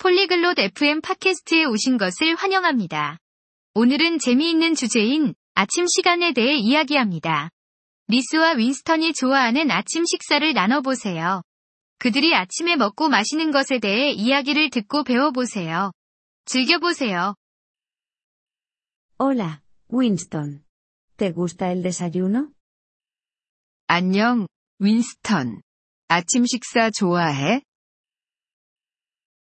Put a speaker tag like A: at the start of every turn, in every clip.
A: 폴리글롯 FM 팟캐스트에 오신 것을 환영합니다. 오늘은 재미있는 주제인 아침 시간에 대해 이야기합니다. 리스와 윈스턴이 좋아하는 아침 식사를 나눠보세요. 그들이 아침에 먹고 마시는 것에 대해 이야기를 듣고 배워보세요. 즐겨보세요.
B: Hola, Winston. ¿Te gusta el desayuno?
A: 안녕, 윈스턴. 아침 식사 좋아해?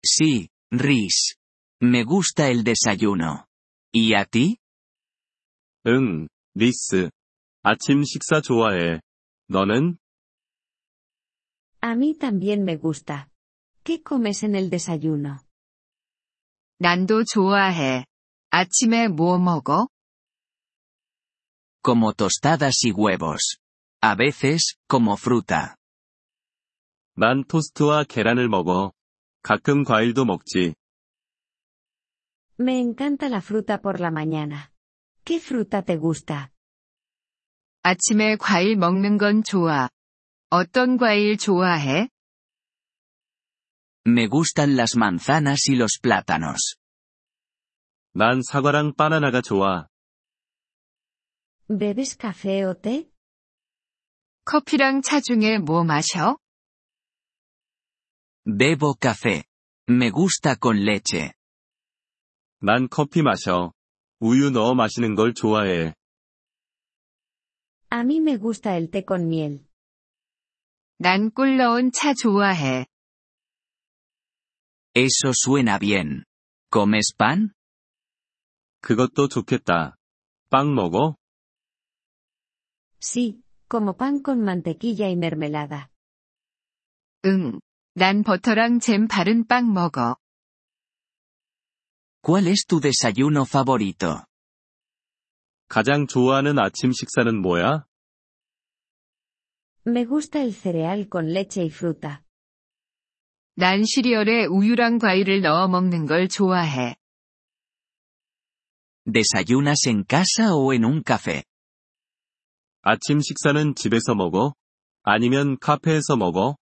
C: Sí, Rhys. Me gusta el desayuno. ¿Y a ti?
D: 응, 리스. 아침 식사 좋아해. 너는?
B: A mí también me gusta. ¿Qué comes en el desayuno?
A: 난도 좋아해. 아침에 뭐 먹어?
C: Como tostadas y huevos. A veces, como fruta.
D: 난 토스트와 계란을 먹어. 가끔 과일도 먹지.
B: Me encanta la fruta por la mañana. ¿Qué fruta te gusta?
A: 아침에 과일 먹는 건 좋아. 어떤 과일 좋아해?
C: Me gustan las manzanas y los plátanos.
D: 난 사과랑 바나나가 좋아.
B: ¿Bebes café o té?
A: 커피랑 차 중에 뭐 마셔?
C: Bebo café. Me gusta con leche.
D: 난 커피 마셔. 우유 넣어 마시는 걸 좋아해.
B: A mí me gusta el té con miel.
A: 난 꿀 넣은 차 좋아해.
C: Eso suena bien. ¿Comes pan?
D: 그것도 좋겠다. 빵 먹어?
B: Sí, como pan con mantequilla y mermelada.
A: 응. 난 버터랑 잼 바른 빵 먹어.
C: ¿Cuál es tu desayuno favorito?
D: 가장 좋아하는 아침 식사는 뭐야?
B: Me gusta el cereal con leche y fruta.
A: 난 시리얼에 우유랑 과일을 넣어 먹는 걸 좋아해.
C: ¿Desayunas en casa o en un café?
D: 아침 식사는 집에서 먹어? 아니면 카페에서 먹어?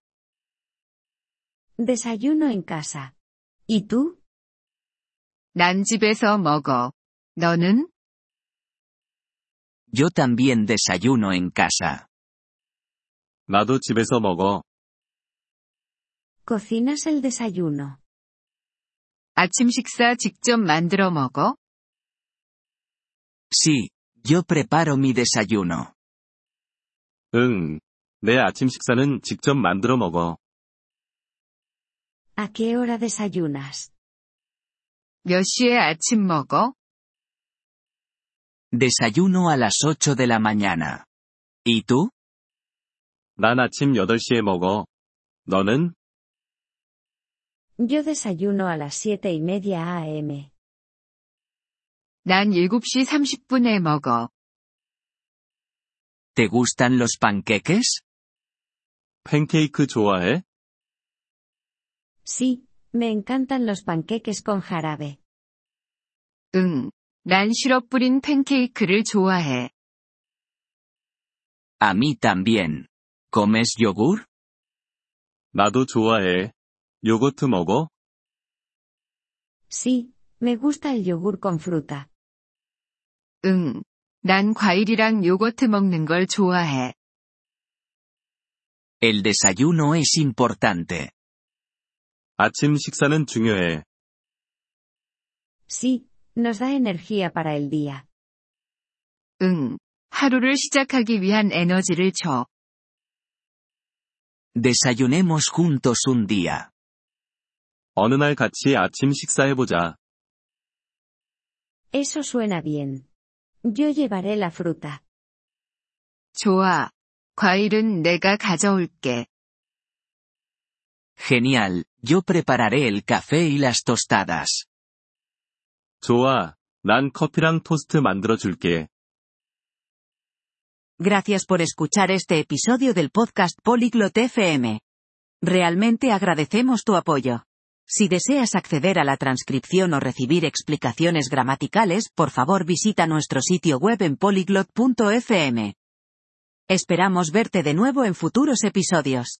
B: Desayuno en casa. ¿Y tú?
A: 난 집에서 먹어. 너는?
C: Yo también desayuno en casa.
D: 나도 집에서 먹어.
B: ¿Cocinas el desayuno?
A: 아침 식사 직접 만들어 먹어?
C: Sí, yo preparo mi desayuno.
D: 응. 내 아침 식사는 직접 만들어 먹어.
B: ¿A qué hora desayunas?
A: 몇 시에 아침 먹어?
C: Desayuno a las 8 de la mañana. ¿Y tú?
D: 난 아침 8시에 먹어. 너는?
B: Yo desayuno a las siete y media a.m.
A: 난 7시 30분에 먹어.
C: ¿Te gustan los panqueques?
D: 팬케이크 좋아해?
B: Sí, me encantan los panqueques con jarabe.
A: 응. 난 시럽 뿌린 팬케이크를 좋아해.
C: A mí también. ¿Comes yogur?
D: 나도 좋아해. 요거트 먹어?
B: Sí, me gusta el yogur con fruta.
A: 응. 난 과일이랑 요거트 먹는 걸 좋아해.
C: El desayuno es importante.
D: 아침 식사는 중요해.
B: Sí, nos da energía para el día.
A: 응. 하루를 시작하기 위한 에너지를 줘.
C: Desayunemos juntos un día.
D: 어느 날 같이 아침 식사해보자.
B: Eso suena bien. Yo llevaré la fruta.
A: 좋아. 과일은 내가 가져올게.
C: Genial, yo prepararé el café y las tostadas.
D: 좋아. 난 커피랑 토스트 만들어줄게.
E: Gracias por escuchar este episodio del podcast Polyglot FM. Realmente agradecemos tu apoyo. Si deseas acceder a la transcripción o recibir explicaciones gramaticales, por favor visita nuestro sitio web en polyglot.fm. Esperamos verte de nuevo en futuros episodios.